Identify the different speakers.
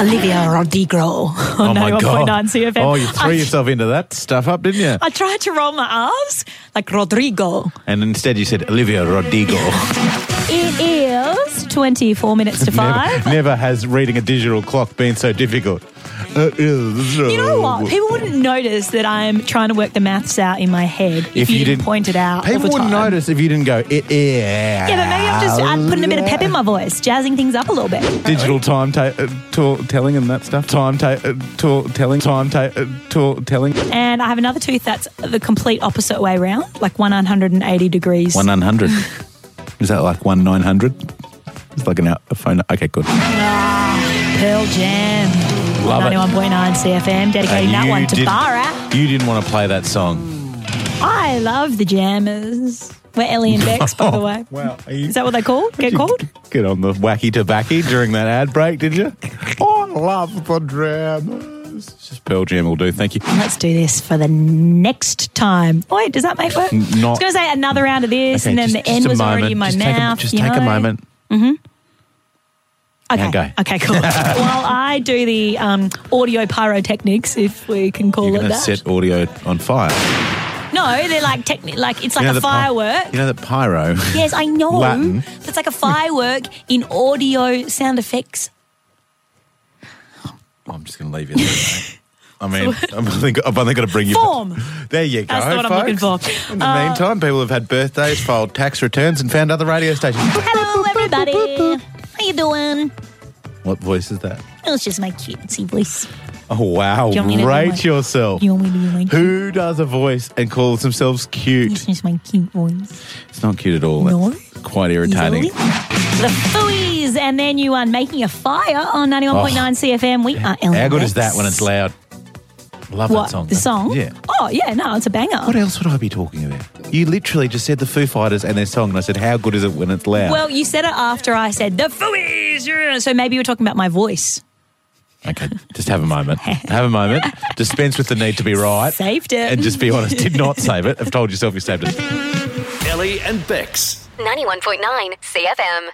Speaker 1: Olivia Rodrigo
Speaker 2: Oh
Speaker 1: on
Speaker 2: my god!
Speaker 1: 91.9 CFM.
Speaker 2: Oh, you threw
Speaker 1: I-
Speaker 2: yourself into that stuff up, didn't you?
Speaker 1: I tried to roll my R's like Rodrigo.
Speaker 2: And instead, you said Olivia Rodrigo.
Speaker 1: It is 24 minutes to
Speaker 2: never,
Speaker 1: 5.
Speaker 2: never has reading a digital clock been so difficult. Uh,
Speaker 1: You
Speaker 2: You
Speaker 1: know what? People wouldn't notice that I'm trying to work the maths out in my head if, you, didn't point it out. all
Speaker 2: people
Speaker 1: the
Speaker 2: wouldn't
Speaker 1: time.
Speaker 2: notice if you didn't go. It yeah.
Speaker 1: Yeah, but maybe I'm just I'm putting a bit of pep in my voice, jazzing things up a little bit.
Speaker 2: Digital time ta- uh, tool telling and that stuff. Time ta- uh, tool telling. Time ta- uh, tool telling.
Speaker 1: And I have another tooth that's the complete opposite way round, like 180 degrees.
Speaker 2: One nine hundred. Is that like one nine hundred? It's like an out- a phone. Okay, good.
Speaker 1: Pearl Jam.
Speaker 2: Love it.
Speaker 1: 91.9 CFM, dedicating that one to Barra.
Speaker 2: You didn't want to play that song.
Speaker 1: I love the Jammers. We're Ellie and Bex, by the way.
Speaker 2: Wow.
Speaker 1: Is that what they call? Get called?
Speaker 2: Get on the wacky tobacco during that ad break, did you? I love the dramas. It's Just Pearl Jam will do. Thank you.
Speaker 1: Let's do this for the next time. Oh, Wait, does that make work? I was
Speaker 2: not-
Speaker 1: going to say another round of this,
Speaker 2: Okay,
Speaker 1: and then
Speaker 2: just-
Speaker 1: the end
Speaker 2: just a
Speaker 1: was already
Speaker 2: moment.
Speaker 1: in my
Speaker 2: just
Speaker 1: mouth.
Speaker 2: Take a, just
Speaker 1: you
Speaker 2: take a
Speaker 1: know?
Speaker 2: moment.
Speaker 1: Okay.
Speaker 2: Yeah, go.
Speaker 1: Okay, cool. well, I do the um, audio pyrotechnics, if we can call
Speaker 2: You're
Speaker 1: it
Speaker 2: going to
Speaker 1: that.
Speaker 2: set audio on fire.
Speaker 1: No, they're like techni- like it's like
Speaker 2: You know
Speaker 1: a
Speaker 2: the pi-
Speaker 1: firework.
Speaker 2: you know that pyro.
Speaker 1: Yes, I know.
Speaker 2: Latin.
Speaker 1: It's like a firework in audio sound effects.
Speaker 2: I'm just going to leave you there. mate. I mean, I'm only, I've only got to bring you.
Speaker 1: Form.
Speaker 2: There you go.
Speaker 1: That's what I'm
Speaker 2: folks.
Speaker 1: looking for.
Speaker 2: In the
Speaker 1: Uh,
Speaker 2: meantime, people have had birthdays, filed tax returns, and found other radio stations.
Speaker 1: Hello, everybody. How you doing?
Speaker 2: What voice is that?
Speaker 1: It was just my cutesy voice.
Speaker 2: Oh wow!
Speaker 1: you want me to do my-
Speaker 2: Rate yourself.
Speaker 1: You want me to do my cute?
Speaker 2: Who does a voice and calls themselves
Speaker 1: It's
Speaker 2: cute?
Speaker 1: just my cute voice.
Speaker 2: It's not cute at all.
Speaker 1: No.
Speaker 2: It's quite irritating.
Speaker 1: Easily. The Fooies and their new one, Making a Fire on 91.9 CFM. We are Ellen
Speaker 2: Oh. How good
Speaker 1: Rex.
Speaker 2: is that when it's loud? Love
Speaker 1: What,
Speaker 2: that song.
Speaker 1: The song?
Speaker 2: Yeah.
Speaker 1: Oh, yeah, no, it's a banger.
Speaker 2: What else would I be talking about? You literally just said the Foo Fighters and their song, and I said, "How good is it when it's loud?"
Speaker 1: Well, you said it after I said the fooies. yeah." So maybe you were talking about my voice.
Speaker 2: okay, just have a moment. Have a moment. Dispense with the need to be right.
Speaker 1: Saved it.
Speaker 2: And just be honest. Did not save it. I've told yourself you saved it.
Speaker 3: Ellie and Bex.
Speaker 4: 91.9 CFM.